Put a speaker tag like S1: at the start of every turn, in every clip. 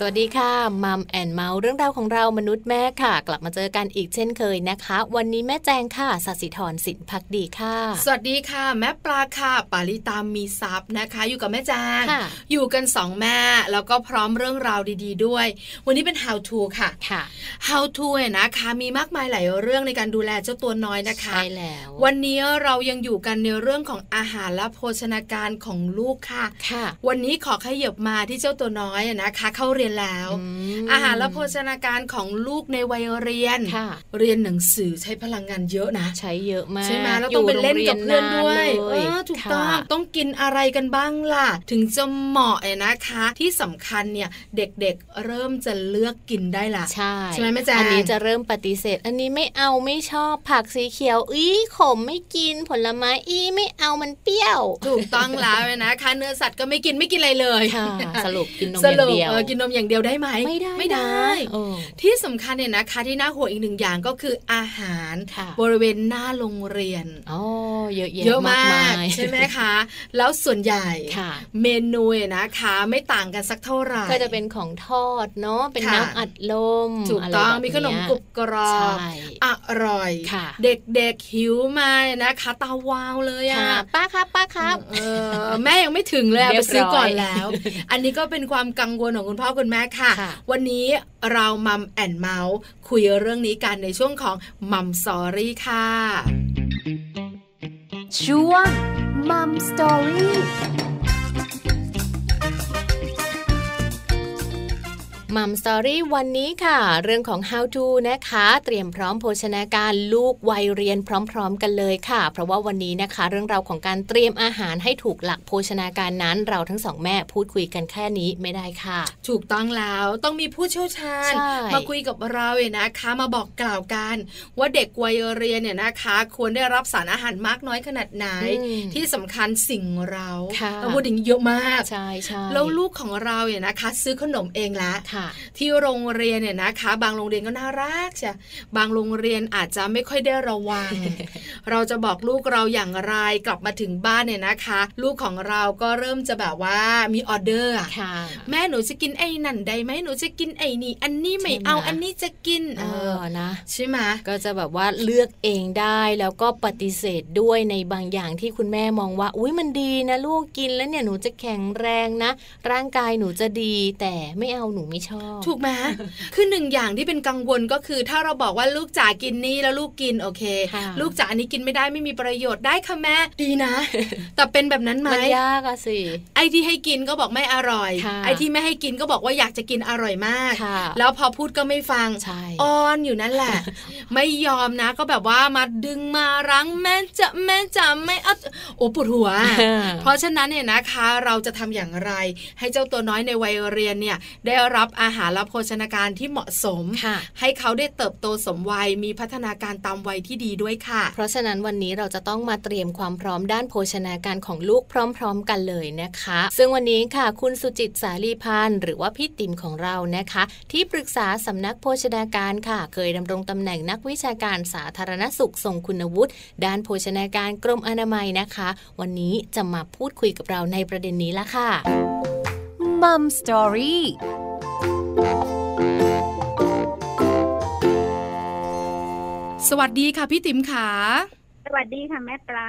S1: สวัสดีค่ะมัมแอนเมาส์เรื่องราวของเรามนุษย์แม่ค่ะ กลับมาเจอกันอีกเช่นเคยนะคะ วันนี้แม่แจงค่ะสัสิธรสินพักดีค่ะ
S2: สวัสดีค่ะ แม่ปลาค่ะ ปาริตามมีซับนะคะ อยู่กับแม่แจาง
S1: ค่ะ
S2: อยู่กันสองแม่แล้วก็พร้อมเรื่องราวดี ๆ ด้วย วันนี้เป็น how to ค่ะ
S1: ค่ะ
S2: how to เนี่ยนะคะมีมากมายหลายเรื่องในการดูแลเจ้าตัวน้อยนะคะ
S1: ใช่แล้ว
S2: วันนี้เรายังอยู่กันในเรื่องของอาหารและโภชนาการของลูกค่ะ
S1: ค่ะ
S2: วันนี้ขอขยับมาที่เจ้าตัวน้อยนะคะ เข้าเรียนแล้ว
S1: ม
S2: อาหารและโภชนาการของลูกในวัยเรียน
S1: ค่ะ
S2: เรียนหนังสือใช้พลังงานเยอะนะ
S1: ใช้เยอะมาก
S2: ใช่ไหมแล้วต้องไปเล่นกับเพื่อนด้วย
S1: อโรง
S2: เอ
S1: เรีนนานเล
S2: อย ถูกต้อง
S1: ค่ะ
S2: ต้องกินอะไรกันบ้างล่ะ ถึงจะเหมาะเนี่ยนะคะ ที่สำคัญเนี่ยเด็กๆ เริ่มจะเลือกกินได้ละ
S1: ใช่
S2: ใช่ไหมแม่แจง
S1: อันนี้จะเริ่มปฏิเสธ อันนี้ไม่เอาไม่ชอบผักสีเขียว อี้ขมไม่กินผลไม้อี้ไม่เอามันเปรี้ยว
S2: ถูกต้องแล้วนะคะเนื้อสัตว์ก็ไม่กินไม่กินอะไรเลย
S1: ค่ะสรุปกินนม
S2: ส
S1: อย่าง
S2: รุป
S1: เดียว
S2: เออกินนมอย่างเดียวได้ไหม
S1: ไม่ได้
S2: ไม่ได้
S1: นะเออ
S2: ที่สำคัญเนี่ยนะคะที่น่าห่วงอีกหนึ่งอย่างก็คืออาหาร
S1: ค่ะ
S2: บริเวณหน้าโรงเรียน
S1: อ๋อเยอะแยะ
S2: เยอะมาม
S1: าก ย
S2: ใช่ไหมคะ แล้วส่วนใหญ่
S1: ค่ะ
S2: เมนูเนี่ยนะคะไม่ต่างกันสักเท่าไหร่
S1: ก็จะเป็นของทอดเนาะเป็น
S2: ค่ะ
S1: น้ำอัดลม
S2: ถูกต้อ
S1: ะไร
S2: ง
S1: แบบ
S2: มีขนมกรุบกรอ
S1: ใช่
S2: บอร่อย
S1: ค่ะ
S2: เด็กๆหิวมานะคะตาวาวเลยอ่ะ
S1: ค่ะป้าครับป้าครับ
S2: เออแม่ยังไม่ถึงเลยอะ
S1: เรียบร้อ
S2: ไป
S1: ย
S2: ซื้อก่อนแล้ว อันนี้ก็เป็นความกังวลของคุณพ่อคุณแม่ค่ะ
S1: ค่ะ
S2: วันนี้เรามัมแอนเมาส์คุยเรื่องนี้กันในช่วงของมัมสอรี่ค่ะ
S3: ช่วงมัมสตอรี่
S1: มัมสตอรี่วันนี้ค่ะ เรื่องของ how to นะคะ เตรียมพร้อมโภชนาการลูกวัยเรียนพร้อม ๆ กันเลยค่ะ เพราะว่าวันนี้นะคะ เรื่องราวของการเตรียมอาหารให้ถูกหลักโภชนาการนั้น เราทั้งสองแม่พูดคุยกันแค่นี้ไม่ได้ค่ะ
S2: ถูกต้องแล้วต้องมีผู้เชี่ยวชาญ
S1: ใช่
S2: มาคุยกับเราเนี่ยนะคะ มาบอกกล่าวกัน ว่าเด็กวัยเรียนเนี่ยนะคะ ควรได้รับสารอาหารมากน้อยขนาดไหน
S1: อืม
S2: ที่สำคัญสิ่งเรา
S1: ค่ะ
S2: เราพูดอย่างนี้เยอะมาก
S1: ใช่ใช่
S2: แล้วลูกของเราเนี่ยนะคะ ซื้อขนมเองละ
S1: ค่ะ
S2: ที่โรงเรียนเนี่ยนะคะ บางโรงเรียนก็น่ารักใช่บางโรงเรียนอาจจะไม่ค่อยได้ระวั ง เราจะบอกลูกเราอย่างไรกลับมาถึงบ้านเนี่ยนะคะ ลูกของเราก็เริ่มจะแบบว่ามีออเดอร์อะ
S1: ค่ะ
S2: แม่หนูจะกินไอ้นั่นได้ไหมหนูจะกินไอ้นี่ อันนี้ไม่เอา
S1: ใช่ไหม
S2: อันนี้จะกิน
S1: เอ
S2: เอ
S1: อ
S2: อ
S1: นะ
S2: ใช่ไหม
S1: ก็จะแบบว่าเลือกเองได้แล้วก็ปฏิเสธด้วยในบางอย่างที่คุณแม่มองว่า อุ้ยมันดีนะ ลูกกินแล้วเนี่ยหนูจะแข็งแรงนะ ร่างกายหนูจะดี แต่ไม่เอาหนูไม่ชอบ
S2: ถูก ไหม คือหนึ่งอย่างที่เป็นกังวลก็คือ ถ้าเราบอกว่าลูกจ๋ากินนี่แล้วลูกกินโอเค
S1: ค่ะ
S2: ลูกจ๋าอันนี้กินไม่ได้ไม่มีประโยชน์ได้ค่ะแม่ดีนะ แต่เป็นแบบนั้นไหม
S1: มันยากอะสิ
S2: ไอ้ที่ให้กินก็บอกไม่อร่อย
S1: ค่ะ
S2: ไอ้ที่ไม่ให้กินก็บอกว่าอยากจะกินอร่อยมาก
S1: ค่ะ
S2: แล้วพอพูดก็ไม่ฟัง
S1: ใช่
S2: อ้อนอยู่นั่นแหละ ไม่ยอมนะ ก็แบบว่ามาดึงมารั้งแม่จะแม่จะไม่เอาโอ้ปวดหัว เพราะฉะนั้นเนี่ยนะคะเราจะทำอย่างไร ให้เจ้าตัวน้อยในวัยเรียนเนี่ยได้รับอาหารและโภชนาการที่เหมาะสม
S1: ค่ะ
S2: ให้เขาได้เติบโตสมวัยมีพัฒนาการตามวัยที่ดีด้วยค่ะ
S1: เพราะฉะนั้นวันนี้เราจะต้องมาเตรียมความพร้อมด้านโภชนาการของลูกพร้อม ๆ กันเลยนะคะ ซึ่งวันนี้ค่ะ คุณสุจิตสาลีพันธ์หรือว่าพี่ติ๋มของเรานะคะ ที่ปรึกษาสำนักโภชนาการค่ะ เคยดำรงตำแหน่งนักวิชาการสาธารณสุขทรงคุณวุฒิด้านโภชนาการกรมอนามัยนะคะ วันนี้จะมาพูดคุยกับเราในประเด็นนี้ละค่ะ
S3: มัมสตอรี่
S2: สวัสดีค่ะพี่ติ๋มขา
S4: สวัสดีค่ะแม่ปลา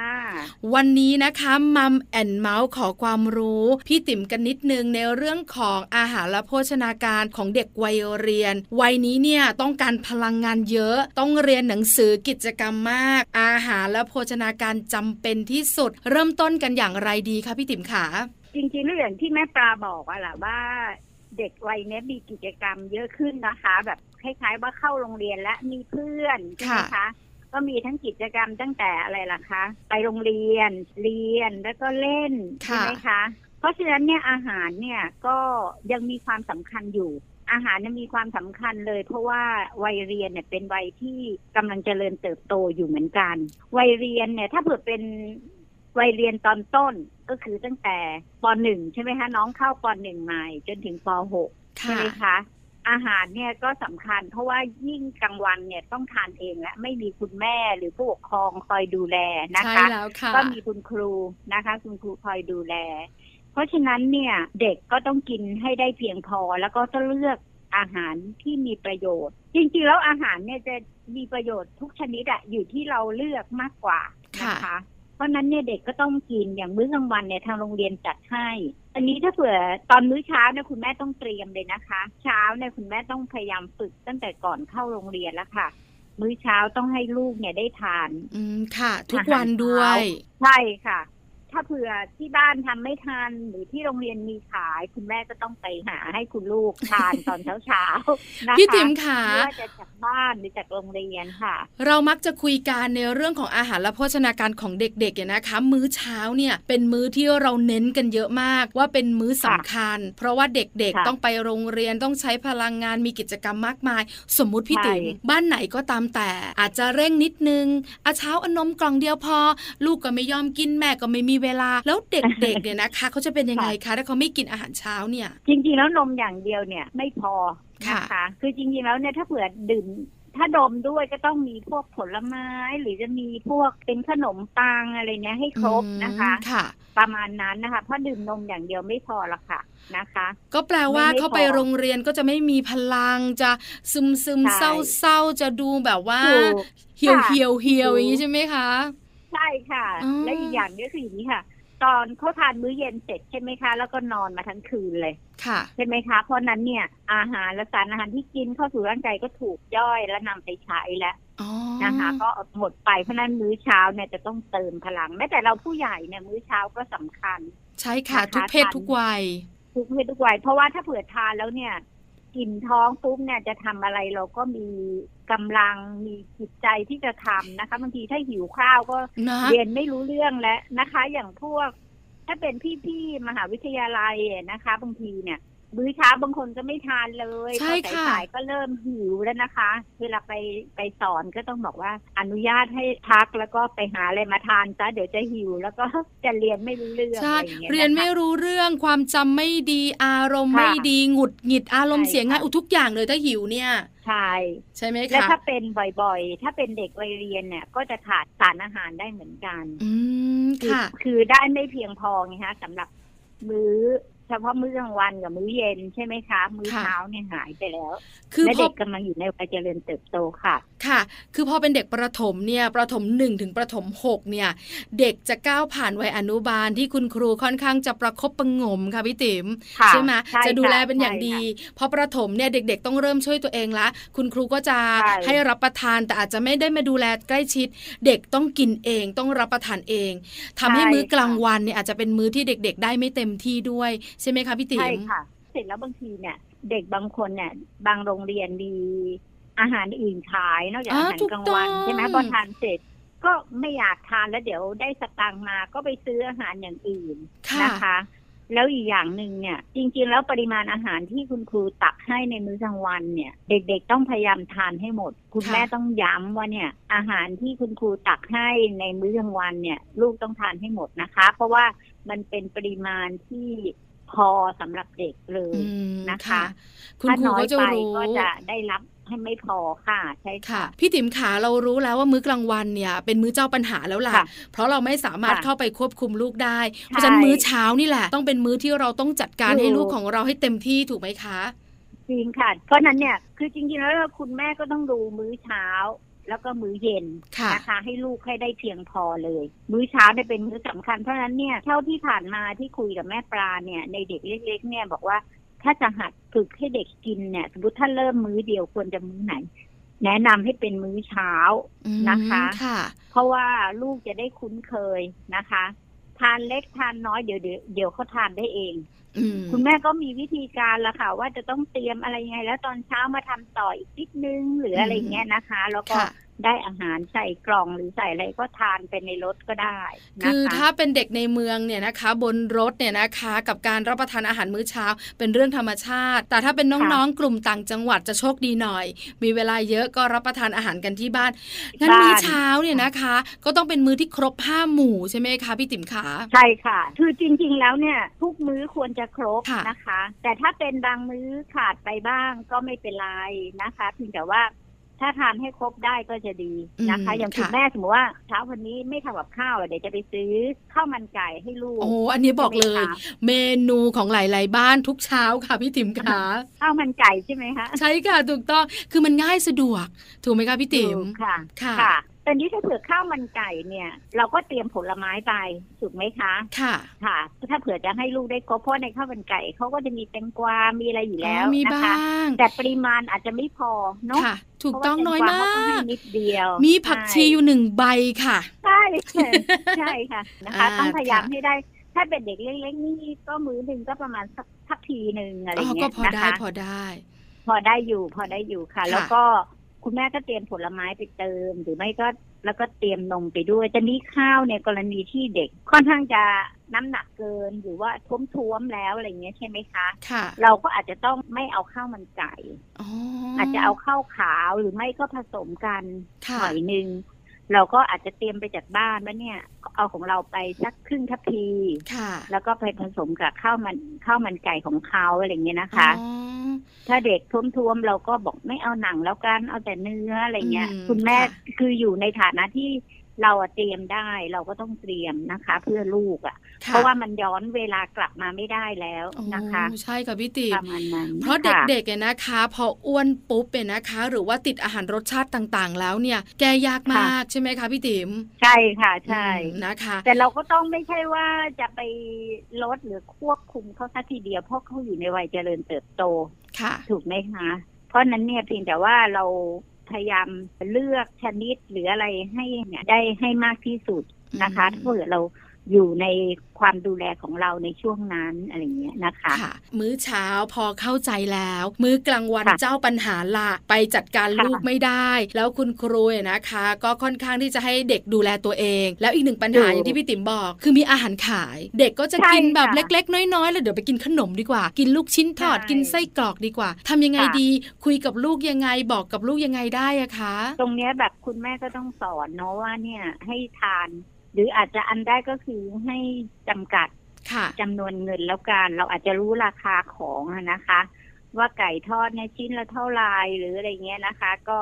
S2: วันนี้นะคะมัมแอนเมาส์ขอความรู้ พี่ติ๋มกันนิดนึงในเรื่องของอาหารและโภชนาการของเด็กวัยเรียน วัยนี้เนี่ยต้องการพลังงานเยอะ ต้องเรียนหนังสือกิจกรรมมาก อาหารและโภชนาการจำเป็นที่สุด เริ่มต้นกันอย่างไรดีคะพี่ติ๋มขา
S4: จริงๆแล้วอย่างที่แม่ปลาบอกอะล่ะว่า เด็กวัยเนี้ยมีกิจกรรมเยอะขึ้นนะคะ แบบคล้ายๆว่าเข้าโรงเรียนและมีเพื่อนใช่ไหมคะ ก็มีทั้งกิจกรรมตั้งแต่อะไรล่ะคะ ไปโรงเรียน เรียนแล้วก็เล่นใช่
S2: ค่ะ
S4: ไหมคะเพราะฉะนั้นเนี่ยอาหารเนี่ยก็ยังมีความสำคัญอยู่ อาหารเนี่ยมีความสำคัญเลย เพราะว่าวัยเรียนเนี่ยเป็นวัยที่กำลังเจริญเติบโตอยู่เหมือนกัน วัยเรียนเนี่ย ถ้าเผื่อเป็นวัยเรียนตอนต้นก็คือตั้งแต่ป .1 ใช่ไหมคะน้องเข้าป .1 ใหม่จนถึงป .6 ใช่ไหมคะ อ อาหารเนี่ยก็สำคัญ เพราะว่ายิ่งกลางวันเนี่ยต้องทานเองและไม่มีคุณแม่หรือผู้ปกครองคอยดูแลนะ
S2: ใช่
S4: คะ
S2: แล้วค่ะ
S4: ก็มีคุณครูนะคะ คุณครูคอยดูแล เพราะฉะนั้นเนี่ยเด็กก็ต้องกินให้ได้เพียงพอแล้วก็ต้องเลือกอาหารที่มีประโยชน์ จริงๆแล้วอาหารเนี่ยจะมีประโยชน์ทุกชนิดอะอยู่ที่เราเลือกมากกว่านะคะ เพราะฉะนั้นเนี่ยเด็กก็ต้องกินอย่างมื้อกลางวันเนี่ยทางโรงเรียนจัดให้ อันนี้ถ้าเผื่อตอนมื้อเช้าเนี่ยคุณแม่ต้องเตรียมเลยนะคะ เช้าเนี่ยคุณแม่ต้องพยายามฝึกตั้งแต่ก่อนเข้าโรงเรียนแล้วค่ะ มื้อเช้าต้องให้ลูกเนี่ยได้ทาน
S2: อืมค่ะ ทุกวันด้วย
S4: ใช่ค่ะ ถ้าเผื่อที่บ้านทำไม่ทันหรือที่โรงเรียนมีขาย คุณแม่ก็ต้องไปหาให้คุณลูกทาน ตอนเช้า ๆนะคะ
S2: พี่ติ๋มขา
S4: ไม่ว่าจะจากบ้านหรือจากโรงเรียนค่ะ
S2: เรามักจะคุยกันในเรื่องของอาหารและโภชนาการของเด็กๆเนี่ยนะคะ มื้อเช้าเนี่ยเป็นมื้อที่เราเน้นกันเยอะมาก ว่าเป็นมื้อสำคัญ เพราะว่าเด็ก
S4: ค่ะ
S2: ๆ ต้องไปโรงเรียนต้องใช้พลังงานมีกิจกรรมมากมาย สมมุติพี่
S4: ใช่
S2: ติ๋มบ้านไหนก็ตามแต่ อาจจะเร่งนิดนึงอาเช้าเอานมกล่องเดียวพอ ลูกก็ไม่ยอมกินแม่ก็ไม่มีเวลา แล้วเด็กๆเนี่ยนะคะเขาจะเป็นยังไงคะถ้าเขาไม่กินอาหารเช้าเนี่ย
S4: จริงๆแล้วนมอย่างเดียวเนี่ยไม่พอนะคะ คือจริงๆแล้วเนี่ยถ้าเผื่อดื่ม ถ้าดมด้วยก็ต้องมีพวกผลไม้ หรือจะมีพวกเป็นขนมปังอะไรเนี่ยให้ครบนะคะ
S2: อืมค่ะ
S4: ประมาณนั้นนะคะ เพราะดื่มนมอย่างเดียวไม่พอละค่ะนะคะ
S2: ก็แปลว่า
S4: ไม่ไม่
S2: เขาไปโรงเรียนก็จะไม่มีพลังจะซึมซึมเศ
S4: ใช่
S2: ร้าเศร้าๆจะดูแบบว่า
S4: ถูก
S2: เหี่ยว
S4: ค่ะ
S2: เหี่ยวเหี่ยว
S4: ถูก
S2: อย่างนี้ใช่ไหมคะ
S4: ใช่ค่ะ
S2: อ๋อ
S4: และอีกอย่างก็คืออย่างนี้ค่ะ ตอนเขาทานมื้อเย็นเสร็จใช่ไหมคะ แล้วก็นอนมาทั้งคืนเลย
S2: ค่ะ
S4: ใช่ไหมคะ เพราะนั้นเนี่ยอาหารและสารอาหารที่กินเข้าสู่ร่างกายก็ถูกย่อยและนำไปใช้แล้ว
S2: อ๋อ
S4: นะคะ ก็หมดไปเพราะนั้นมื้อเช้าเนี่ยจะต้องเติมพลังแม้แต่เราผู้ใหญ่เนี่ยมื้อเช้าก็สำคัญ
S2: ใช่ค่ะ
S4: นะคะ
S2: ทุกเพศ
S4: ทาน
S2: ทุกวัย
S4: ทุกเพศทุกวัยเพราะว่าถ้าเผื่อทานแล้วเนี่ยกินท้องปุ๊บเนี่ยจะทำอะไรเราก็มีกำลังมีจิตใจที่จะทำนะคะบางทีถ้าหิวข้าวก็
S2: นะ
S4: เรียนไม่รู้เรื่องแล้วนะคะ อย่างพวก ถ้าเป็นพี่ๆมหาวิทยาลัยอะนะคะบางทีเนี่ยมื้อเช้าบางคนก็ไม่ทานเลย
S2: ใช่
S4: พอ
S2: ค่ะ
S4: สายๆก็เริ่มหิวแล้วนะคะ เวลาไปไปสอนก็ต้องบอกว่าอนุญาตให้พักแล้วก็ไปหาอะไรมาทานซะเดี๋ยวจะหิวแล้วก็ จะเรียนไม่รู้เรื่อง
S2: ใช่
S4: อะไรอย่างเงี้ย
S2: เรียน
S4: นะ
S2: ไม่
S4: คะ
S2: รู้เรื่องความจำไม่ดีอารมณ์
S4: ค่ะ
S2: ไม่ดีหงุดหงิดอารมณ์
S4: ใช่
S2: เสียง่าย
S4: ค่ะ
S2: อุยทุกอย่างเลยถ้าหิวเนี่ย
S4: ใช่
S2: ใช่ไหม
S4: และ
S2: คะ
S4: ถ้าเป็นบ่อยๆ ถ้าเป็นเด็กวัยเรียนเนี่ย ก็จะขาดสารอาหารได้เหมือนกัน
S2: อืม
S4: คือ
S2: ค่ะ
S4: คือได้ไม่เพียงพอไงคะสำหรับมื้อ เฉพาะมื้อกลางวันกับมื้อเย็นใช่ไหมคะ มื้อ
S2: ค่ะ
S4: เช้าเนี่ยหายไปแล้ว
S2: คือ
S4: และ
S2: พอ
S4: เด็กกำลังอยู่ในวัยเจริญเติบโตค่ะ
S2: ค่ะ คือพอเป็นเด็กประถมเนี่ย ประถม1ถึงประถม6เนี่ย เด็กจะก้าวผ่านวัยอนุบาลที่คุณครูค่อนข้างจะประคบประหงมค่ะพี่ติ๋ม
S4: ค่ะ
S2: ใช่ไหม
S4: ใช่ค่ะ
S2: จะดูแลเป็นอย่างดี
S4: ใช่ค่
S2: พอประถมเนี่ยเด็ก ๆ ต้องเริ่มช่วยตัวเองละ คุณครูก็จะ
S4: ใช่
S2: ให้รับประทานแต่อาจจะไม่ได้มาดูแลใกล้ชิด เด็กต้องกินเองต้องรับประทานเองทำให้มื้อกลางวันเนี่ยอาจจะเป็นมื้อที่เด็ก ๆ ได้ไม่เต็มที่ด้วยใช่ไหมคะพี่ติ๋
S4: ใช่
S2: ม
S4: ค่ะ เสร็จแล้วบางทีเนี่ย เด็กบางคนเนี่ย บางโรงเรียนมีอาหารอื่นขายนอกจากอาหารกลางวันใช่ไหมพอทานเสร็จ ก็ไม่อยากทานแล้วเดี๋ยวได้สตางค์มาก็ไปซื้ออาหารอย่างอื่น
S2: ค่ะ
S4: นะคะ แล้วอีกอย่างหนึ่งเนี่ย จริง ๆ แล้วปริมาณอาหารที่คุณครูตักให้ในมื้อกลางวันเนี่ย เด็กๆต้องพยายามทานให้หมด คุณแม่ต้องย้ำว่าเนี่ย อาหารที่คุณครูตักให้ในมื้อกลางวันเนี่ย ลูกต้องทานให้หมดนะคะ เพราะว่ามันเป็นปริมาณที่พอสำหรับเด็กเล
S2: อื
S4: ย
S2: ม
S4: นะคะ
S2: คุณ
S4: ถ้า
S2: ครู
S4: น้อย
S2: ก็จะ
S4: ไป
S2: รู้
S4: ก็จะได้รับให้ไม่พอค่ะ ใช่ค่ะ
S2: ค่ะพี่ติ๋มขาเรารู้แล้วว่ามื้อกลางวันเนี่ย เป็นมื้อเจ้าปัญหาแล้วล่ะ
S4: ค่ะ
S2: เพราะเราไม่สามารถ
S4: ค่ะ
S2: เข้าไปควบคุมลูกได้ เพราะฉะนั้นมื้อเช้านี่แหละ ต้องเป็นมื้อที่เราต้องจัดการ
S4: ถูก
S2: ให้ลูกของเราให้เต็มที่ถูกไหมคะ
S4: จริงค่ะ เพราะฉะนั้นเนี่ย คือจริงๆแล้วคุณแม่ก็ต้องดูมื้อเช้า แล้วก็มื้อเย็น
S2: ค่ะ
S4: นะคะให้ลูกให้ได้เพียงพอเลย มื้อเช้าเนี่ยเป็นมื้อสำคัญเพราะฉะนั้นเนี่ยเท่าที่ผ่านมาที่คุยกับแม่ปลาเนี่ยในเด็กเล็ก ๆ เนี่ยบอกว่า ถ้าจะหัดฝึกให้เด็กกินเนี่ยสมมติถ้าเริ่มมื้อเดียวควรจะมื้อไหน แนะนำให้เป็นมื้อเช้า
S2: อืม
S4: นะคะ
S2: ค่ะ
S4: เพราะว่าลูกจะได้คุ้นเคยนะคะ ทานเล็กทานน้อยเดี๋ยวเดี๋ยวเดี๋ยวเขาทานได้เอง
S2: อืม
S4: คุณแม่ก็มีวิธีการละค่ะ ว่าจะต้องเตรียมอะไรยังไง แล้วตอนเช้ามาทำต่ออีกนิดนึงหรืออะไรอย่างเงี้ยนะคะ แล้วก็
S2: ค่ะ
S4: ได้อาหารใส่กล่องหรือใส่อะไรก็ทานไปในรถก็ได้นะ
S2: คือถ้า
S4: คะ
S2: เป็นเด็กในเมืองเนี่ยนะคะ บนรถเนี่ยนะคะ กับการรับประทานอาหารมื้อเช้า เป็นเรื่องธรรมชาติ แต่ถ้าเป็นน้องๆ กลุ่มต่างจังหวัดจะโชคดีหน่อย มีเวลาเยอะก็รับประทานอาหารกันที่บ้านงั้นมื้อเช้าเนี่ยนะคะ ก็ต้องเป็นมื้อที่ครบห้าหมู่ใช่ไหมคะพี่ติ๋มขา
S4: ใช่ค่ะ คือจริง ๆ แล้วเนี่ย ทุกมื้อควรจะครบ
S2: ค่ะ
S4: นะคะ แต่ถ้าเป็นบางมื้อขาดไปบ้างก็ไม่เป็นไรนะคะเพียงแต่ว่าถ้าทานให้ครบได้ก็จะดีนะคะ
S2: อืม
S4: อย่างคุณ
S2: ค่ะ
S4: แม่สมมติว่าเช้าวันนี้ไม่ทำกับข้าวอะเดี๋ยวจะไปซื้อข้าวมันไก่ให้ลูก
S2: โอ้อันนี้บอกเลย เมนูของหลาย ๆ บ้านทุกเช้าค่ะพี่ติ๋มขา
S4: ข้าวมันไก่ใช่ไหมคะ
S2: ใช่ค่ะถูกต้องคือมันง่ายสะดวก ถูกไหมคะพี่ติ๋ม
S4: ถูกค่ะ
S2: ค่ะ
S4: ค่ะตอนนี้ถ้าเผื่อข้าวมันไก่เนี่ย เราก็เตรียมผลไม้ไปถูกไหมคะ
S2: ค่ะ
S4: ค่ะ ถ้าเผื่อจะให้ลูกได้ครบเพราะในข้าวมันไก่เขาก็จะมีแตงกวา มีอะไรอยู่แล้ว
S2: อ๋อมี
S4: นะ
S2: บ้า
S4: คะ
S2: ง
S4: แต่ปริมาณอาจจะไม่พอเนาะ
S2: ค่ะ ถูกต้อง
S4: เพ
S2: น้
S4: ระ
S2: อย
S4: ว่
S2: มา
S4: แเขให้
S2: ก
S4: นิดเดียว
S2: มีผักชีอยู่หนึ่งใบค่ะ
S4: ใช่ใช่ ใช่ค่ะนะคะ
S2: อ่า
S4: ต้องพยายาม
S2: ค่ะ
S4: ให้ได้ ถ้าเป็นเด็กเล็กๆนี่ก็มื้อหนึ่งก็ประมาณสักทัพพีหนึ่งอะไร
S2: อ๋อ
S4: เงี้
S2: ก็
S4: ย
S2: พอ
S4: นะ
S2: ได้
S4: คะ
S2: พอได้
S4: พอได้อยู่พอได้อยู่ค่ะ
S2: ค่ะ
S4: แล้วก็คุณแม่ก็เตรียมผลไม้ไปเติม หรือไม่ก็แล้วก็เตรียมนมไปด้วยแต่นี่ข้าวในยกรณีที่เด็กค่อนข้างจะน้ำหนักเกินหรือว่าท้วมๆแล้วอะไรเงี้ยใช่ไหมคะ
S2: ค่ะ
S4: เราก็อาจจะต้องไม่เอาข้าวมันไก่
S2: อ๋อ
S4: อาจจะเอาข้าวขาวหรือไม่ก็ผสมกันห
S2: ค่ะ
S4: น่อยหนึงเราก็อาจจะเตรียมไปจากบ้านว่าเนี่ย เอาของเราไปสักครึ่งทัพพี
S2: ค่ะ
S4: แล้วก็ไปผสมกับข้าวมันข้าวมันไก่ของเขาอะไรเงี้ยนะคะ
S2: อ๋อ
S4: ถ้าเด็กท้วมๆเราก็บอกไม่เอาหนังแล้วกันเอาแต่เนื้ออะไรเงี้ย
S2: อืม
S4: คุณแม่
S2: ค่ะ
S4: คืออยู่ในฐานะที่เราอะเตรียมได้เราก็ต้องเตรียมนะคะ เพื่อลูกอะ่ะ
S2: ค่
S4: เพราะว่ามันย้อนเวลากลับมาไม่ได้แล้ว
S2: โอ้
S4: นะคะ
S2: ใช่ค่ะพี่ติ๋
S4: ป
S2: ม
S4: ระมาณนั้น
S2: เพราะ
S4: ค่
S2: เด็กๆเนี่ยนะคะ พออ้วนปุ๊บเนี่ยนะคะ หรือว่าติดอาหารรสชาติต่างๆ แล้วเนี่ย แกยากมากใช่ไหมคะพี่ติ๋ม
S4: ใช่ค่ะใช่
S2: อืมนะคะ
S4: แต่เราก็ต้องไม่ใช่ว่าจะไปลดหรือควบคุมเขาซะทีเดียวเพราะเขาอยู่ในวัยเจริญเติบโต
S2: ค่ะ
S4: ถูกไหมคะ เพราะฉะนั้นเนี่ยเพียงแต่ว่าเราพยายามเลือกชนิดหรืออะไรให้เนี่ยได้ให้มากที่สุดนะคะ
S2: อืม
S4: ถ้าเผื่อเราอยู่ในความดูแลของเราในช่วงนั้นอะไรอย่างเงี้ยนะคะ
S2: ค่ะมื้อเช้าพอเข้าใจแล้ว มื้อกลางวัน
S4: ค่ะ
S2: เจ้าปัญหาละไปจัดการ
S4: ค่ะ
S2: ลูกไม่ได้ แล้วคุณครูเนี่ยนะคะ ก็ค่อนข้างที่จะให้เด็กดูแลตัวเอง แล้วอีกหนึ่งปัญหา
S4: ถูก
S2: อย่างที่พี่ติ๋มบอก คือมีอาหารขาย เด็กก็จะ
S4: ใช่
S2: กินแบบ
S4: ค่ะ
S2: เล็ก ๆ น้อยๆแล้วเดี๋ยวไปกินขนมดีกว่า กินลูกชิ้นทอด
S4: ใช่
S2: กินไส้กรอกดีกว่าทำยังไง
S4: ค่ะ
S2: ดี คุยกับลูกยังไงบอกกับลูกยังไงได้อะคะ
S4: ตรงเนี้ยแบบคุณแม่ก็ต้องสอนเนาะว่าเนี่ยให้ทาน หรืออาจจะอันได้ก็คือให้จำกัด
S2: ค่ะ
S4: จำนวนเงินแล้วกันเราอาจจะรู้ราคาของอะนะคะ ว่าไก่ทอดเนี่ยชิ้นละเท่าไหรหรืออะไรเงี้ยนะคะ ก็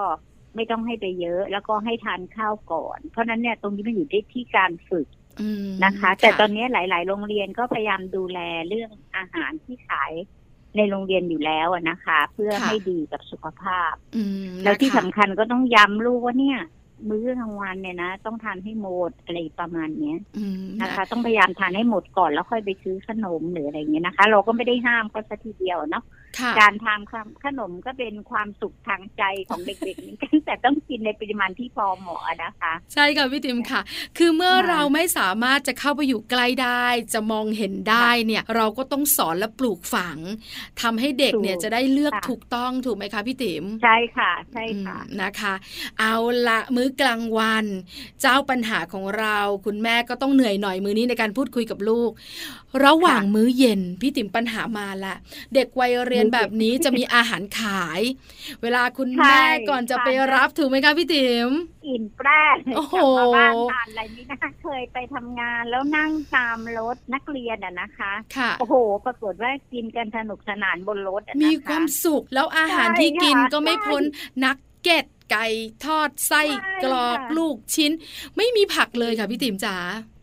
S4: ไม่ต้องให้ไปเยอะ แล้วก็ให้ทานข้าวก่อน เพราะฉะนั้นเนี่ยตรงนี้มันอยู่ที่ที่การฝึก
S2: อืม
S4: นะคะ แต่ตอนนี้หลาย ๆ โรงเรียนก็พยายามดูแลเรื่องอาหารที่ขายในโรงเรียนอยู่แล้วอะนะคะ เพื่อให้ดีกับสุขภาพ
S2: อืม
S4: แล้วที่
S2: นะคะ
S4: สำคัญก็ต้องย้ำลูกว่าเนี่ย มื้อกลางวันเนี่ยนะ ต้องทานให้หมดอะไรประมาณเนี้ย
S2: อืม
S4: นะคะ ต้องพยายามทานให้หมดก่อนแล้วค่อยไปซื้อขนมหรืออะไรอย่างเงี้ยนะคะ เราก็ไม่ได้ห้ามก็ซะทีเดียวเนาะ
S2: ค่ะ
S4: การทานขนมก็เป็นความสุขทางใจของเด็กๆเหมือนกันแต่ต้องกินในปริมาณที่พอเหมาะอะนะคะ
S2: ใช่ค่ะพี่ติมค่ะ คือเมื่อ
S4: ค่ะ
S2: เราไม่สามารถจะเข้าไปอยู่ใกล้ได้ จะมองเห็นได้เนี่ย เราก็ต้องสอนและปลูกฝังทำให้เด็กเนี่ย
S4: ถูก
S2: จะได้เลือก
S4: ค่ะ
S2: ถูกต้องถูกไหมคะพี่ติม
S4: ใช่ค่ะ ใช่ค่ะ
S2: อืมนะคะ เอาละมื้อกลางวัน เจ้าปัญหาของเราคุณแม่ก็ต้องเหนื่อยหน่อยมื้อนี้ในการพูดคุยกับลูก ระหว่างมื้อเย็นพี่ติ๋มปัญหามาละเด็กวัยเรียนแบบนี้จะมีอาหารขาย เวลาคุณ
S4: ใช่
S2: แม่ก่อนจะ
S4: ทาน
S2: ไป
S4: ได้
S2: รับถูกไหมคะพี่ติ๋ม
S4: อิ่มแปร่เลย
S2: โอ้โห
S4: กลับมาบ้านทานอะไรไม่น่าเคยไปทำงานแล้วนั่งตามรถนักเรียนอะนะคะ
S2: ค่ะ
S4: โอ้โห ปรากฏว่ากินกันสนุกสนานบนรถอะนะคะ
S2: มีความสุขแล้วอาหาร
S4: ใช่
S2: ที่กิน
S4: ค่ะ
S2: ก็ไม่พ้นนักเก็ตไก่ทอดไส้
S4: ใช่
S2: กรอก
S4: ค่ะ
S2: ลูกชิ้น ไม่มีผักเลยค่ะพี่ติ๋มจ๋า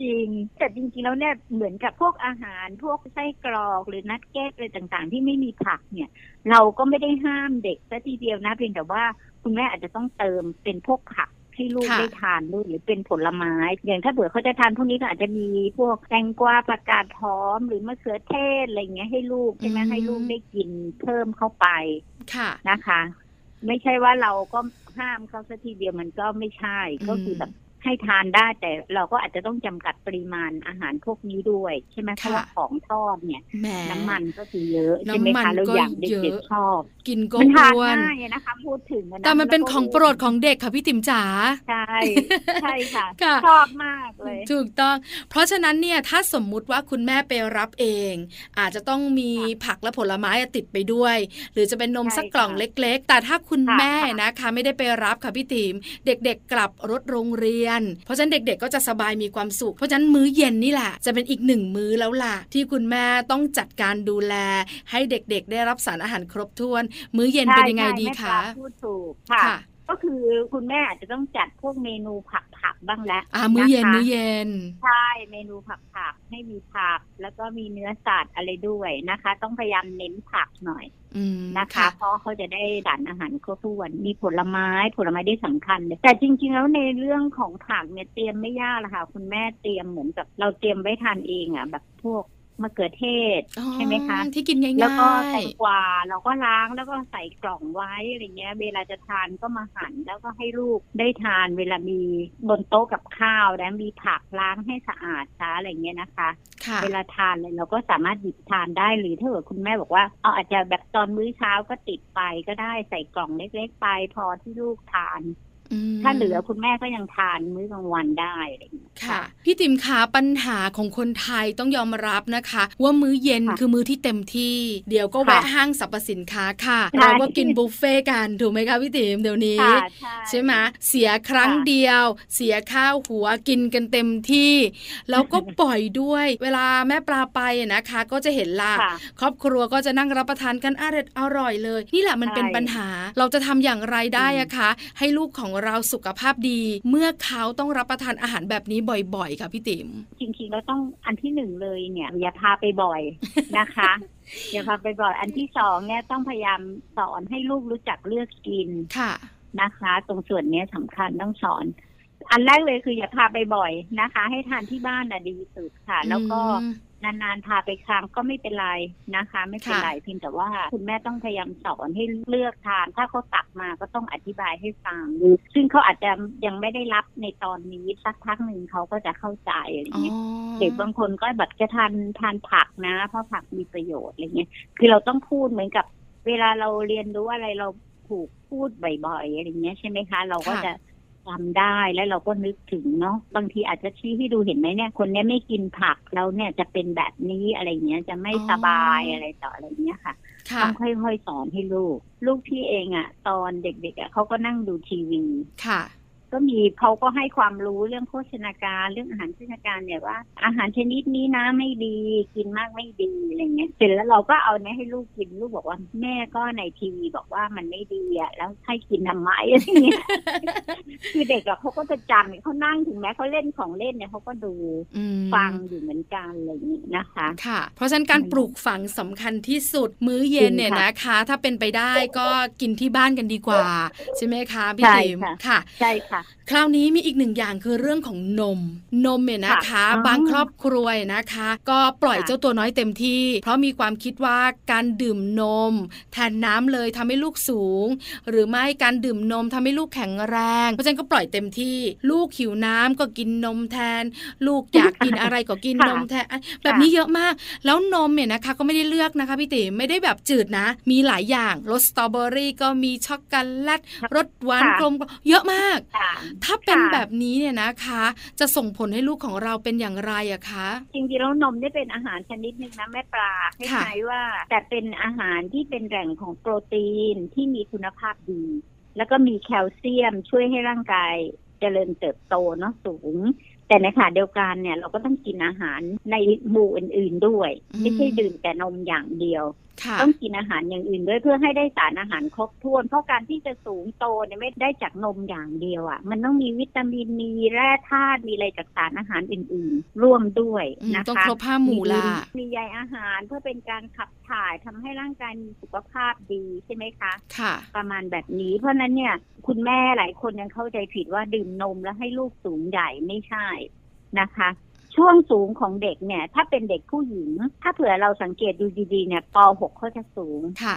S4: จริง แต่จริงๆแล้วเนี่ยเหมือนกับพวกอาหารพวกไส้กรอกหรือนัดแก้อะไรต่างๆ ที่ไม่มีผักเนี่ย เราก็ไม่ได้ห้ามเด็กซะทีเดียวนะเพียงแต่ว่าคุณแม่อาจจะต้องเติมเป็นพวกผักให้ลูกได้ทานด้วยหรือเป็นผลไม้ อย่างถ้าเผื่อเขาจะทานพวกนี้ก็อาจจะมีพวกแตงกวาประกาศพร้อม หรือมะเขือเทศอะไรอย่างเงี้ยให้ลูกใช่ไหมให้ลูกได้กินเพิ่มเข้าไป
S2: ค่ะ
S4: นะคะ ไม่ใช่ว่าเราก็ห้ามเขาซะทีเดียวมันก็ไม่ใช่ก็คือแบบ ให้ทานได้ แต่เราก็อาจจะต้องจำกัดปริมาณอาหารพวกนี้ด้วย ใช่ไหมเพราะว่าของทอดเนี่ย
S2: แหม
S4: น้ำมันก็คือเยอะใช่ไหม
S2: น้ำมัน
S4: คะแล้ว
S2: ก็
S4: อย่าง
S2: เยอะ
S4: เด็กๆชอบ
S2: กินก็
S4: มันทาน
S2: อ้วน
S4: ง่ายอะนะคะพูดถึงอะะ
S2: แต่มันเป็นของโปรด
S4: แล้วก็
S2: ของเด็กค่ะพี่ติ๋มจ๋า
S4: ใช่ ใช่ค่ะ
S2: ค่ะ
S4: ชอบมากเลย
S2: ถูกต้อง เพราะฉะนั้นเนี่ยถ้าสมมุติว่าคุณแม่ไปรับเอง อาจจะต้องมีผักและผลไม้ติดไปด้วย หรือจะเป็นนม
S4: ใช่
S2: สักกล่อง
S4: ค่ะ
S2: เล็ก ๆ แต่ถ้าคุณ
S4: ค่ะ
S2: แม่
S4: ค่ะ
S2: นะคะ ไม่ได้ไปรับค่ะพี่ติ๋มเด็กๆ กลับรถโรงเรียน เพราะฉะนั้นเด็กๆ ก็จะสบายมีความสุข เพราะฉะนั้นมื้อเย็นนี่แหละจะเป็นอีกหนึ่งมื้อแล้วล่ะ ที่คุณแม่ต้องจัดการดูแล ให้เด็กๆ ได้รับสารอาหารครบถ้วน มื้อเย็นเป็นยังไง
S4: ใช่
S2: ดี
S4: แม่ปลา
S2: คะ
S4: พูดถูกค่ะ ก็คือคุณแม่อาจจะต้องจัดพวกเมนูผักผักๆบ้างแล้ว
S2: อ่ามื้อเย็นะคะ มื้อเย็น
S4: ใช่เมนูผักผักๆให้มีผัก แล้วก็มีเนื้อสัตว์อะไรด้วยนะคะ ต้องพยายามเน้นผักหน่อย
S2: อืม
S4: นะคะ เพราะเขาจะได้สารอาหารครบถ้วนมีผลไม้ผลไม้ได้สำคัญเลยแต่จริง ๆ แล้วในเรื่องของผักเนี่ยเตรียมไม่ยากหรอกค่ะ คุณแม่เตรียมเหมือนกับเราเตรียมไว้ทานเองอ่ะแบบพวกมะเขือเทศ
S2: อ๋อ
S4: ใช่ไหมคะ
S2: ที่กินง่ายๆ
S4: แล้วก็แตงกวาเราก็ล้างแล้วก็ใส่กล่องไว้อะไรเงี้ย เวลาจะทานก็มาหั่นแล้วก็ให้ลูกได้ทานเวลามีบนโต๊ะกับข้าวแล้วมีผักล้างให้สะอาดซะอะไรเงี้ยนะคะ
S2: ค่ะ
S4: เวลาทานเลยเราก็สามารถหยิบทานได้หรือถ้าเกิดคุณแม่บอกว่าเอาอาจจะแบบตอนมื้อเช้าก็ติดไปก็ได้ใส่กล่องเล็กๆไป พอที่ลูกทาน
S2: ม
S4: ถ้าเหลือคุณแม่ก็ยังทานมื้อกลางวันได้อะไรเงี้ย
S2: ค่ะ พี่ติ๋มขาปัญหาของคนไทยต้องยอมรับนะคะ ว่ามื้อเย็น
S4: ค่ะ
S2: คือมื้อที่เต็มที่ เดี๋ยวก็
S4: ค่ะ
S2: แวะห้างสรรพสินค้าค่ะ
S4: ใช่
S2: เราก็กินบุฟเฟ่ต์กันถูกไหมคะพี่ติ๋มเดี๋ยวนี้
S4: ค่ะใช่
S2: ใช่ไหมเสียครั้ง
S4: ค่ะ
S2: เดียว เสียข้าวหัวกินกันเต็มที่ แล้วก็ ปล่อยด้วย เวลาแม่ปลาไปอะนะคะ ก็จะเห็นล่ะ
S4: ค่ะ
S2: ครอบครัวก็จะนั่งรับประทานกันอร่อยอร่อยเลย นี่แหละมัน
S4: ใช่
S2: เป็นปัญหาเราจะทำอย่างไรได้
S4: อืม
S2: อะคะ ให้ลูกของเราสุขภาพดี เมื่อเขาต้องรับประทานอาหารแบบนี้บ่อยๆค่ะพี่ติ๋ม
S4: จริงๆเราต้องอันที่หนึ่งเลยเนี่ยอย่าพาไปบ่อยนะคะ อย่าพาไปบ่อยอันที่สองเนี่ยต้องพยายามสอนให้ลูกรู้จักเลือกกิน
S2: ค่ะ
S4: นะคะ ตรงส่วนเนี้ยสำคัญต้องสอน อันแรกเลยคืออย่าพาไปบ่อยนะคะ ให้ทานที่บ้านน่ะดีสุดค่ะ แล้วก็
S2: อืม
S4: นานๆพาไปครั้งก็ไม่เป็นไรนะคะ ไม่เป็นไรเพียงแต่ว่าคุณแม่ต้องพยายามสอนให้เลือกทาน ถ้าเขาตักมาก็ต้องอธิบายให้ฟังซึ่งเขาอาจจะยังไม่ได้รับในตอนนี้สักพักหนึ่งเขาก็จะเข้าใจอะไรอย่างเงี้ย เด็กบางคนก็แบบจะทานทานผักนะ เพราะผักมีประโยชน์อะไรเงี้ย คือเราต้องพูดเหมือนกับ เวลาเราเรียนรู้อะไรเราถูกพูดบ่อยๆอะไรเงี้ยใช่ไหมคะ เราก็
S2: ค่ะ
S4: จะจำได้แล้วเราก็นึกถึงเนาะบางทีอาจจะชี้ให้ดูเห็นไหมเนี่ย คนเนี้ยไม่กินผักเราเนี่ยจะเป็นแบบนี้อะไรเงี้ยจะไม่สบายอะไรต่ออะไรเงี้ยค่ะ
S2: ค่ะ
S4: ต้องค่อยๆสอนให้ลูก ลูกพี่เองอะ่ะ ตอนเด็กๆอะ่ะเขาก็นั่งดูทีวี
S2: ค่ะ
S4: ก็มีเขาก็ให้ความรู้เรื่องโภชนาการเรื่องอาหารโภชนาการเนี่ยว่า อาหารชนิดนี้นะไม่ดีกินมากไม่ดีอะไรเงี้ยเสร็จแล้วเราก็เอาเนี่ยให้ลูกกินลูกบอกว่า แม่ก็ในทีวีบอกว่ามันไม่ดีอะแล้วให้กินทำไมอะไรเงี้ย คือเด็กอะเขาก็จะจำเขานั่งถึงแม้เขาเล่นของเล่นเนี่ยเขาก็ดู
S2: อืม
S4: ฟังอยู่เหมือนกันอะไรอย่างนี้นะคะ
S2: ค่ะ เพราะฉะนั้นการปลูกฝังสำคัญที่สุดมื้อเย็นเนี่ย
S4: จริงค่ะ
S2: นะคะ ถ้าเป็นไปได้ก็กินที่บ้านกันดีกว่า ใช่ไหมคะพี่
S4: ใช่
S2: ติ๋ม
S4: ค่ะ
S2: ค่ะ
S4: ใช่ค่ะ
S2: คราวนี้มีอีกหนึ่งอย่างคือเรื่องของนม นมเนี่ยนะคะ
S4: ค่ะ
S2: บางครอบครัวเนี่ยนะคะ ก็ปล่อย
S4: ค่ะ
S2: เจ้าตัวน้อยเต็มที่ เพราะมีความคิดว่าการดื่มนม แทนน้ำเลยทำให้ลูกสูง หรือไม่การดื่มนมทำให้ลูกแข็งแรง เพราะฉะนั้นก็ปล่อยเต็มที่ ลูกหิวน้ำก็กินนมแทน ลูกอยากกินอะไรก็กิน
S4: ค่ะ
S2: นมแทนแบบนี้เยอะมาก แล้วนมเนี่ยนะคะ ก็ไม่ได้เลือกนะคะพี่ติ๋มไม่ได้แบบจืดนะ มีหลายอย่างรสสตรอเบอรี่ก็มีช็อกโกแลตรสหวาน
S4: ค่ะ
S2: กลมเยอะมาก
S4: ค่ะ
S2: ถ้าเป็น
S4: ค่ะ
S2: แบบนี้เนี่ยนะคะ จะส่งผลให้ลูกของเราเป็นอย่างไรอะคะ
S4: จริงๆแล้วนมเนี่ยเป็นอาหารชนิดหนึ่งนะแม่ปลาค
S2: ค่ะ
S4: ล้ายๆว่า แต่เป็นอาหารที่เป็นแหล่งของโปรตีนที่มีคุณภาพดี แล้วก็มีแคลเซียมช่วยให้ร่างกายเจริญเติบโตเนาะสูง แต่ในขณะเดียวกันเนี่ย เราก็ต้องกินอาหารในหมู่อื่น ๆด้วย ไม่ใช่ดื่มแต่นมอย่างเดียว
S2: ค่ะ
S4: ต้องกินอาหารอย่างอื่นด้วยเพื่อให้ได้สารอาหารครบถ้วน เพราะการที่จะสูงโตเนี่ยไม่ได้จากนมอย่างเดียวอะ่ะ มันต้องมีวิตามินมีแร่ธาตุมีอะไรจากสารอาหารอื่นๆ ร่วมด้วย
S2: อืม
S4: นะคะ
S2: ต้องครบห้าหมู่ล่ะ
S4: มีใยอาหารเพื่อเป็นการขับถ่ายทำให้ร่างกายมีสุขภาพดีใช่ไหมคะ
S2: ค่ะ
S4: ประมาณแบบนี้ เพราะฉะนั้นเนี่ย คุณแม่หลายคนยังเข้าใจผิดว่าดื่มนมแล้วให้ลูกสูงใหญ่ไม่ใช่นะคะ ช่วงสูงของเด็กเนี่ย ถ้าเป็นเด็กผู้หญิง ถ้าเผื่อเราสังเกตดูดีๆเนี่ยป .6 เขาจะสูง
S2: ค่ะ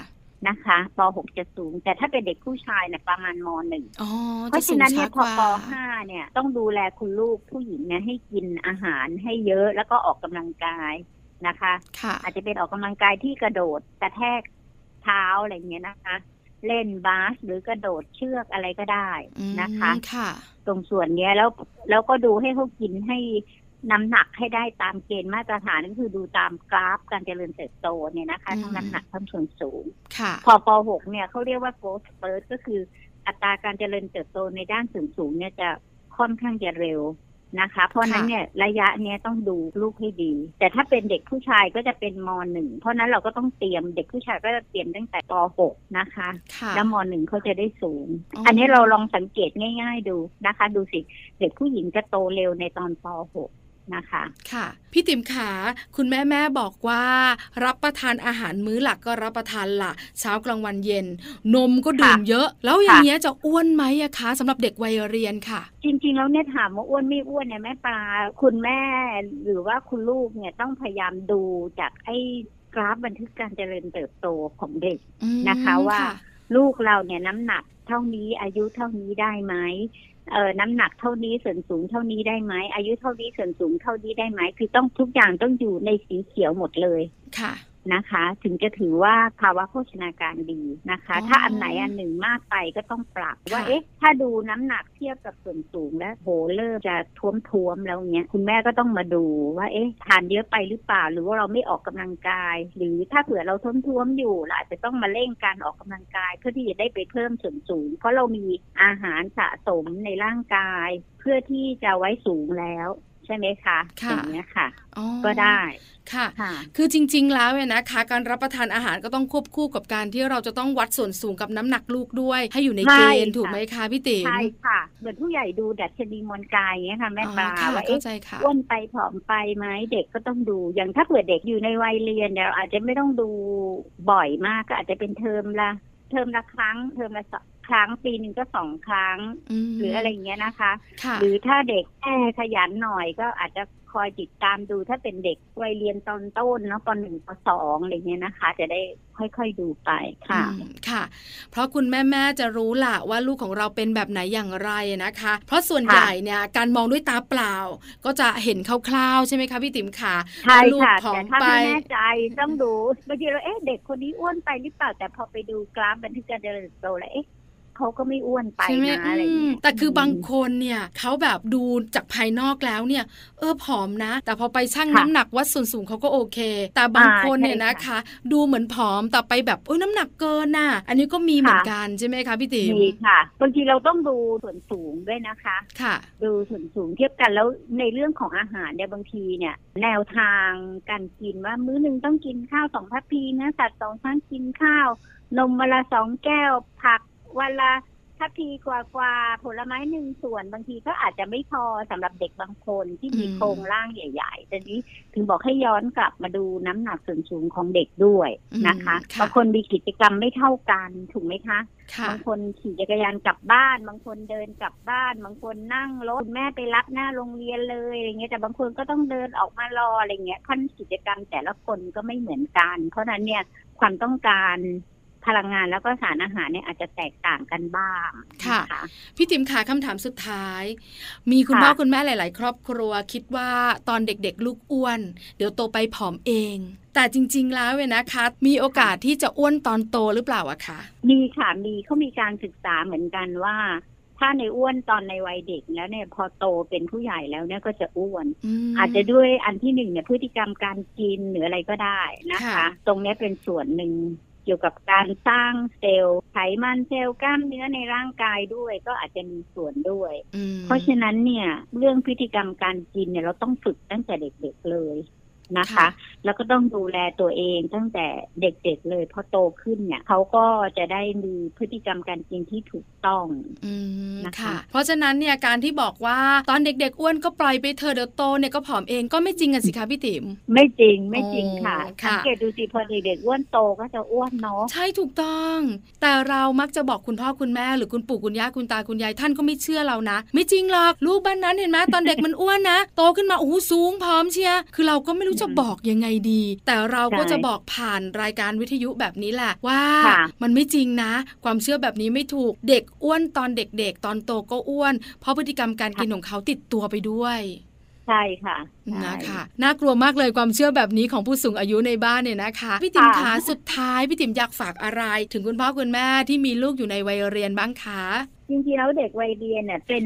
S4: นะคะป .6 จะสูง แต่ถ้าเป็นเด็กผู้ชายเนี่ยประมาณม .1
S2: อ๋อจะ
S4: เพราะ
S2: สู
S4: ฉะ
S2: ง
S4: นั้น
S2: ช้า
S4: เนี่ยพ
S2: ก
S4: อ
S2: ว่า
S4: ป .5 เนี่ยต้องดูแลคุณลูกผู้หญิงเนี่ยให้กินอาหารให้เยอะแล้วก็ออกกำลังกายนะคะ
S2: ค่ะ
S4: อาจจะเป็นออกกำลังกายที่กระโดดกระแทกเท้าอะไรอย่างเงี้ยนะคะ เล่นบาสหรือกระโดดเชือกอะไรก็ได้นะคะ
S2: อืมค่ะ
S4: ตรงส่วนเนี้ยแล้วแล้วก็ดูให้เขากินให้น้ำหนักให้ได้ตามเกณฑ์มาตรฐานก็คือดูตามกราฟการเจริญเติบโตเนี่ยนะคะทั้ง
S2: อืม
S4: น้ำหนักทั้งส่วนสูง
S2: ค่ะ
S4: พอป .6 เนี่ยเขาเรียกว่า growth spurt ก็คืออัตราการเจริญเติบโตในด้านส่วนสูงเนี่ยจะค่อนข้างจะเร็วนะคะ เพราะฉะนั้น
S2: ค่ะ
S4: เนี่ยระยะเนี้ยต้องดูลูกให้ดี แต่ถ้าเป็นเด็กผู้ชายก็จะเป็นม .1 เพราะฉะนั้นเราก็ต้องเตรียมเด็กผู้ชายก็จะเตรียมตั้งแต่ป .6 นะคะ
S2: ค่ะ
S4: แล้วมหนึ่งเขาจะได้สูง
S2: อ๋ออั
S4: อันนี้เราลองสังเกตง่าย ๆ ดูนะคะ ดูสิ เด็กผู้หญิงจะโตเร็วในตอนป .6 นะคะ
S2: ค่ะ พี่ติ๋มขาคุณแม่แม่บอกว่า รับประทานอาหารมื้อหลักก็รับประทานละเช้ากลางวันเย็น นมก็ดื่มเยอะ แล้วอย่างเงี้ยจะอ้วนไหมอะคะสำหรับเด็กวัยเรียนค่ะ
S4: จริง ๆ แล้วเนี่ยถามว่าอ้วนไม่อ้วนเนี่ยแม่ปลาคุณแม่หรือว่าคุณลูกเนี่ยต้องพยายามดูจากไอ้กราฟบันทึกการเจริญเติบโตของเด็ก
S2: อืม
S4: นะคะว่า ลูกเราเนี่ยน้ำหนักเท่านี้อายุเท่านี้ได้ไหมเออน้ำหนักเท่านี้ส่วนสูงเท่านี้ได้ไหมอายุเท่านี้ส่วนสูงเท่านี้ได้ไหมคือต้องทุกอย่างต้องอยู่ในสีเขียวหมดเลย
S2: ค่ะ
S4: นะคะถึงจะถือว่าภาวะโภชนาการดีนะคะ
S2: อ๋อ
S4: ถ้าอันไหนอันหนึ่งมากไปก็ต้องปรับว่า
S2: ค่ะ
S4: เอ๊ะถ้าดูน้ำหนักเทียบกับส่วนสูงแล้วโหเริ่มจะท้วมท้วมๆแล้วเนี้ยคุณแม่ก็ต้องมาดูว่าเอ๊ะทานเยอะไปหรือเปล่า หรือว่าเราไม่ออกกำลังกาย หรือถ้าเผื่อเราท้วมท้วมๆอยู่เราอาจจะต้องมาเร่งการออกกำลังกายเพื่อที่จะได้ไปเพิ่มส่วนสูง เพราะเรามีอาหารสะสมในร่างกาย เพื่อที่จะไว้สูงแล้ว ใช่ไหมคะ
S2: ค่ะ
S4: อย่างเนี้ยค่ะ
S2: อ๋อ
S4: ก็ได้
S2: ค่ะ
S4: ค่ะ
S2: คือจริง ๆ แล้วเนี่ยนะคะ การรับประทานอาหารก็ต้องควบคู่กับการที่เราจะต้องวัดส่วนสูงกับน้ำหนักลูกด้วย ให้อยู่ใน
S4: ใช่
S2: เกณฑ์
S4: ค่ะ
S2: ถูกไหมคะพี่ติ๋ม
S4: ใช่ค่ะ เหมือนผู้ใหญ่ดูดัชนีมวลกายอย่างเงี้ยค่ะ แม่ปลา
S2: อ๋อค่ะ
S4: ว่า
S2: เข้า
S4: เอ๊ะ
S2: ใจค่ะ
S4: อ้วนไปผอมไปไหมเด็กก็ต้องดู อย่างถ้าเผื่อเด็กอยู่ในวัยเรียนเนี่ยเราอาจจะไม่ต้องดูบ่อยมากก็อาจจะเป็นเทอมละเทอมละครั้ง เทอมละสองครั้งปีหนึ่งก็สองครั้ง
S2: ม
S4: หรืออะไรอย่างเงี้ยนะคะ
S2: ค่ะ
S4: หรือถ้าเด็กแอขยันหน่อยก็อาจจะคอยติดตามดู ถ้าเป็นเด็กวัยเรียนตอนต้นเนาะปหนึ่งปสองอะไรเงี้ยนะคะ จะได้ค่อยๆดูไปค่ะ
S2: อืมค่ะ เพราะคุณแม่แม่ๆจะรู้ล่ะว่าลูกของเราเป็นแบบไหนอย่างไรนะคะ เพราะส่วน
S4: ค่ะ
S2: ใหญ่เนี่ยการมองด้วยตาเปล่า ก็จะเห็นคร่าวๆใช่ไหมคะพี่ติ๋มขา
S4: ใช่
S2: ลูก
S4: ค่ะ
S2: ผอ
S4: แต่
S2: ม
S4: ถ้า
S2: ไป
S4: ไม่แน่ใจต้องดูบางทีเราเอ๊ะเด็กคนนี้อ้วนไปหรือเปล่าแต่พอไปดูกราฟบันทึกการเจริญเติบโตแล้วเอ๊ะเขาก็ไม่อ้วนไป
S2: ใช่ไหม
S4: นะอะไรอย่างเงี้ย
S2: อืมแต่คือบางคนเนี่ยเขาแบบดูจากภายนอกแล้วเนี่ย เออผอมนะ แต่พอไปชั่งน้ำหนักวัดส่วนสูงเขาก็โอเค แต่บางคนเนี่ยนะคะ ดูเหมือนผอมแต่ไปแบบเอ้ยน้ำหนักเกินน่ะ อันนี้ก็มีเหมือนกันใช่ไหมคะพี่ติ๋ม
S4: มีค่ะบางทีเราต้องดูส่วนสูงด้วยนะคะ
S2: ค่ะ
S4: ดูส่วนสูงเทียบกันแล้วในเรื่องของอาหารเนี่ยบางทีเนี่ย แนวทางการกินว่ามื้อหนึ่งต้องกินข้าวสองพัพพีนะสัตว์สองครั้งกินข้าว นมวันละสองแก้ว ผักวันละทัพพีกว่ากว่าๆผลไม้หนึ่งส่วนบางทีก็อาจจะไม่พอสำหรับเด็กบางคนที่มี
S2: อืม
S4: โครงร่างใหญ่ๆแต่นี้ถึงบอกให้ย้อนกลับมาดูน้ำหนักส่วนสูงของเด็กด้วยนะคะ
S2: อืมค่ะ
S4: บางคนมีกิจกรรมไม่เท่ากันถูกไหมคะ
S2: ค่ะ
S4: บางคนขี่จักรยานกลับบ้าน บางคนเดินกลับบ้าน บางคนนั่งรถคุณแม่ไปรับหน้าโรงเรียนเลยอะไรเงี้ยแต่บางคนก็ต้องเดินออกมารออะไรเงี้ยขั้นกิจกรรมแต่ละคนก็ไม่เหมือนกัน เพราะฉะนั้นเนี่ยความต้องการพลังงานแล้วก็สารอาหารเนี่ยอาจจะแตกต่างกันบ้างน
S2: พี่ติ๋มขาคำถามสุดท้าย มีคุณ
S4: ค่ะ
S2: พ่อคุณแม่หลาย ๆ ครอบครัวคิดว่าตอนเด็กๆ ลูกอ้วน เดี๋ยวโตไปผอมเอง แต่จริง ๆ แล้วเนี่ยนะคะ มีโอกาสที่จะอ้วนตอนโตหรือเปล่าอะคะ
S4: มีค่ะมีเขามีการศึกษาเหมือนกันว่า ถ้าในอ้วนตอนในวัยเด็กแล้วเนี่ยพอโตเป็นผู้ใหญ่แล้วเนี่ยก็จะอ้วน
S2: ม
S4: อาจจะด้วยอันที่หนึ่งเนี่ยพฤติกรรมการกินหรืออะไรก็ได้นะคะ
S2: ค่ะ
S4: ตรงเนี้ยเป็นส่วนหนึ่งเกี่ยวกับการสร้างเซลล์ไขมันเซลล์กล้ามเนื้อในร่างกายด้วย ก็อาจจะมีส่วนด้วย
S2: อืม
S4: เพราะฉะนั้นเนี่ยเรื่องพฤติกรรมการกินเนี่ยเราต้องฝึกตั้งแต่เด็กๆเลยนะคะ แล้วก็ต้องดูแลตัวเองตั้งแต่เด็กๆเลยพอโตขึ้นเนี่ยเขาก็จะได้มีพฤติกรรมการกินที่ถูกต้อง
S2: อืม
S4: นะคะ
S2: ค่ะ เพราะฉะนั้นเนี่ยการที่บอกว่าตอนเด็กๆ อ้วนก็ปล่อยไปเธอะเดี๋ยวโตเนี่ยก็ผอมเองก็ไม่จริงกันสิคะพี่ติ๋ม
S4: ไม่จริงไม่จริงค่ะ
S2: อ๋อค่ะ
S4: สังเกตดูสิพอเด็กๆอ้วนโตก็จะอ้วนเนาะ
S2: ใช่ถูกต้อง แต่เรามักจะบอกคุณพ่อคุณแม่หรือคุณปู่คุณย่าคุณตาคุณยายท่านก็ไม่เชื่อเรานะ ไม่จริงหรอกลูกบ้านนั้นเห็นไหมตอนเด็กมันอ้วนนะ โตขึ้นมาโอ้โหสูงผอมเชียร์คือเราก็ไม่รู้ จะบอกยังไงดี แต่เราก็
S4: ใช่
S2: จะบอกผ่านรายการวิทยุแบบนี้แหละว่า
S4: ค่ะ
S2: มันไม่จริงนะ ความเชื่อแบบนี้ไม่ถูกเด็กอ้วนตอนเด็กๆ ตอนโตก็อ้วน เพราะพฤติกรรมการ
S4: ค่ะ
S2: กินของเขาติดตัวไปด้วย
S4: ใช่ค่ะใช่
S2: นะคะน่ากลัวมากเลยความเชื่อแบบนี้ของผู้สูงอายุในบ้านเนี่ยนะคะพี่ติ๋ม
S4: ค่ะ
S2: คะสุดท้ายพี่ติ๋มอยากฝากอะไร ถึงคุณพ่อคุณแม่ที่มีลูกอยู่ในวัยเรียนบ้างคะ
S4: จริงๆแล้วเด็กวัยเรียนเนี่ยเป็น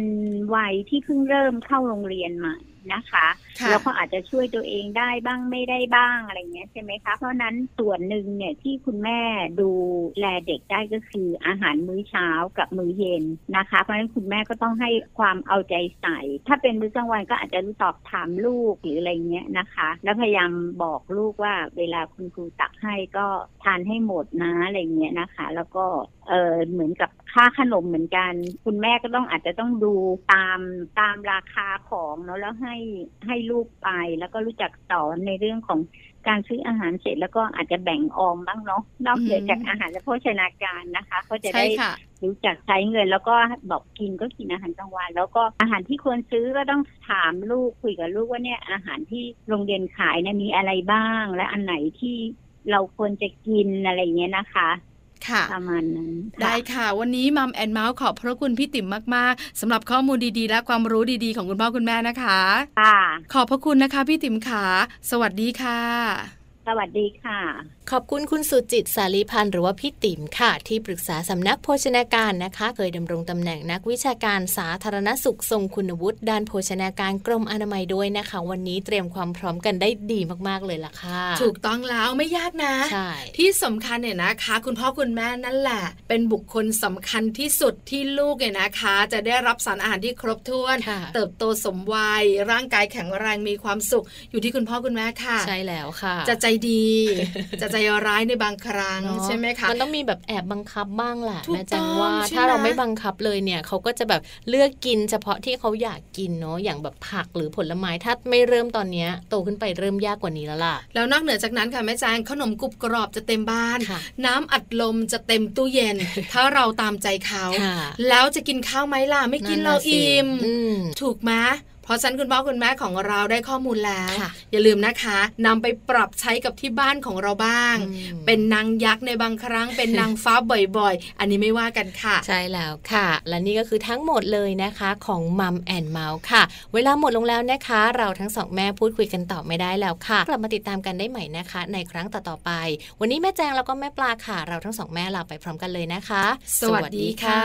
S4: วัยที่เพิ่งเริ่มเข้าโรงเรียนใหม่นะคะ
S2: ค่ะ
S4: แล้วก็อาจจะช่วยตัวเองได้บ้างไม่ได้บ้างอะไรเงี้ยใช่ไหมคะเพราะฉะนั้นส่วนหนึ่งเนี่ยที่คุณแม่ดูแลเด็กได้ก็คืออาหารมื้อเช้ากับมื้อเย็นนะคะ เพราะฉะนั้นคุณแม่ก็ต้องให้ความเอาใจใส่ ถ้าเป็นมื้อกลางวันก็อาจจะสอบถามลูกหรืออะไรเงี้ยนะคะ แล้วพยายามบอกลูกว่าเวลาคุณครูตักให้ก็ทานให้หมดนะอะไรเงี้ยนะคะ แล้วก็เออเหมือนกับค่าขนมเหมือนกัน คุณแม่ก็ต้องอาจจะต้องดูตามตามราคาของเนาะแล้วให้ให้ลูกไป แล้วก็รู้จักสอนในเรื่องของการซื้ออาหารเสร็จแล้วก็อาจจะแบ่งออมบ้างเนาะนอกเหนือ
S2: อืม
S4: จากอาหารและโภชนาการนะคะก็จะ
S2: ใช่
S4: ได้
S2: ค่ะ
S4: รู้จักใช้เงินแล้วก็บอกกินก็กินอาหารกลางวัน แล้วก็อาหารที่ควรซื้อก็ต้องถามลูกคุยกับลูกว่าเนี่ยอาหารที่โรงเรียนขายเนี่ยมีอะไรบ้าง และอันไหนที่เราควรจะกินอะไรอย่างเงี้ยนะคะ
S2: ค่ะ
S4: ประมาณนั้นค่ะ
S2: ได้ค่ะ วันนี้มัมแอนเมาส์ขอบพระคุณพี่ติ๋มมาก ๆสำหรับข้อมูลดีๆ และความรู้ดีๆ ของคุณพ่อคุณแม่นะคะ
S4: ค่ะ
S2: ขอบพระคุณนะคะ พี่ติ๋มขาสวัสดีค่ะ
S4: สวัสดีค่ะ
S1: ขอบคุณคุณสุจิตสาลีพันธ์หรือว่าพี่ติ๋มค่ะ ที่ปรึกษาสำนักโภชนาการนะคะ เคยดำรงตำแหน่งนักวิชาการสาธารณสุขทรงคุณวุฒิด้านโภชนาการกรมอนามัยด้วยนะคะ วันนี้เตรียมความพร้อมกันได้ดีมากๆเลยล่ะค่ะ
S2: ถูกต้องแล้วไม่ยากนะ
S1: ใช่
S2: ที่สำคัญเนี่ยนะคะ คุณพ่อคุณแม่นั่นแหละ เป็นบุคคลสำคัญที่สุดที่ลูกเนี่ยนะคะ จะได้รับสารอาหารที่ครบถ้วน
S1: ค่ะ
S2: เติบโตสมวัย ร่างกายแข็งแรงมีความสุข อยู่ที่คุณพ่อคุณแม่ค่ะ
S1: ใช่แล้วค่ะ
S2: จะใจดี จะใจร้ายในบางครั้ง
S1: เนอะ
S2: ใช่ไหมคะ
S1: มันต้องมีแบบแอบบังคับบ้างแหละ
S2: ถูก
S1: แม่แจั
S2: ต้อง ง
S1: ว่า
S2: ใช่
S1: ถ้าเรา
S2: ไหม
S1: ไม่บังคับเลยเนี่ยเขาก็จะแบบเลือกกินเฉพาะที่เขาอยากกินเนาะอย่างแบบผักหรือผลไม้ถ้าไม่เริ่มตอนเนี้ยโตขึ้นไปเริ่มยากกว่านี้แล้วล่ะ
S2: แล้วนอกเหนือจากนั้นค่ะแม่แจงขนมกรุบกรอบจะเต็มบ้าน
S1: ค่ะ
S2: น้ำอัดลมจะเต็มตู้เย็น ถ้าเราตามใจเขา
S1: ค่ะ
S2: แล้วจะกินข้าวไหมล่ะ ไม่กินเราอิ่ม
S1: อืม
S2: ถูกไหมเพราะฉะนันคุณพ่อคุณแม่ของเราได้ข้อมูลแล้ว
S1: ค่ะ
S2: อย่าลืมนะคะนำไปปรับใช้กับที่บ้านของเราบ้าง เป็นนางยักษ์ในบางครั้ง เป็นนางฟ้าบ่อยๆ อันนี้ไม่ว่ากันค่ะ
S1: ใช่แล้วค่ะ และนี่ก็คือทั้งหมดเลยนะคะของมัมแอนเมาส์ค่ะ เวลาหมดลงแล้วนะคะ เราทั้งสองแม่พูดคุยกันต่อไม่ได้แล้วค่ะ กลับมาติดตามกันได้ใหม่นะคะ ในครั้งต่อๆไป วันนี้แม่แจงแล้วก็แม่ปลาค่ะ เราทั้งสองแม่ลาไปพร้อมกันเลยนะคะ
S2: สวัสดีค่ะ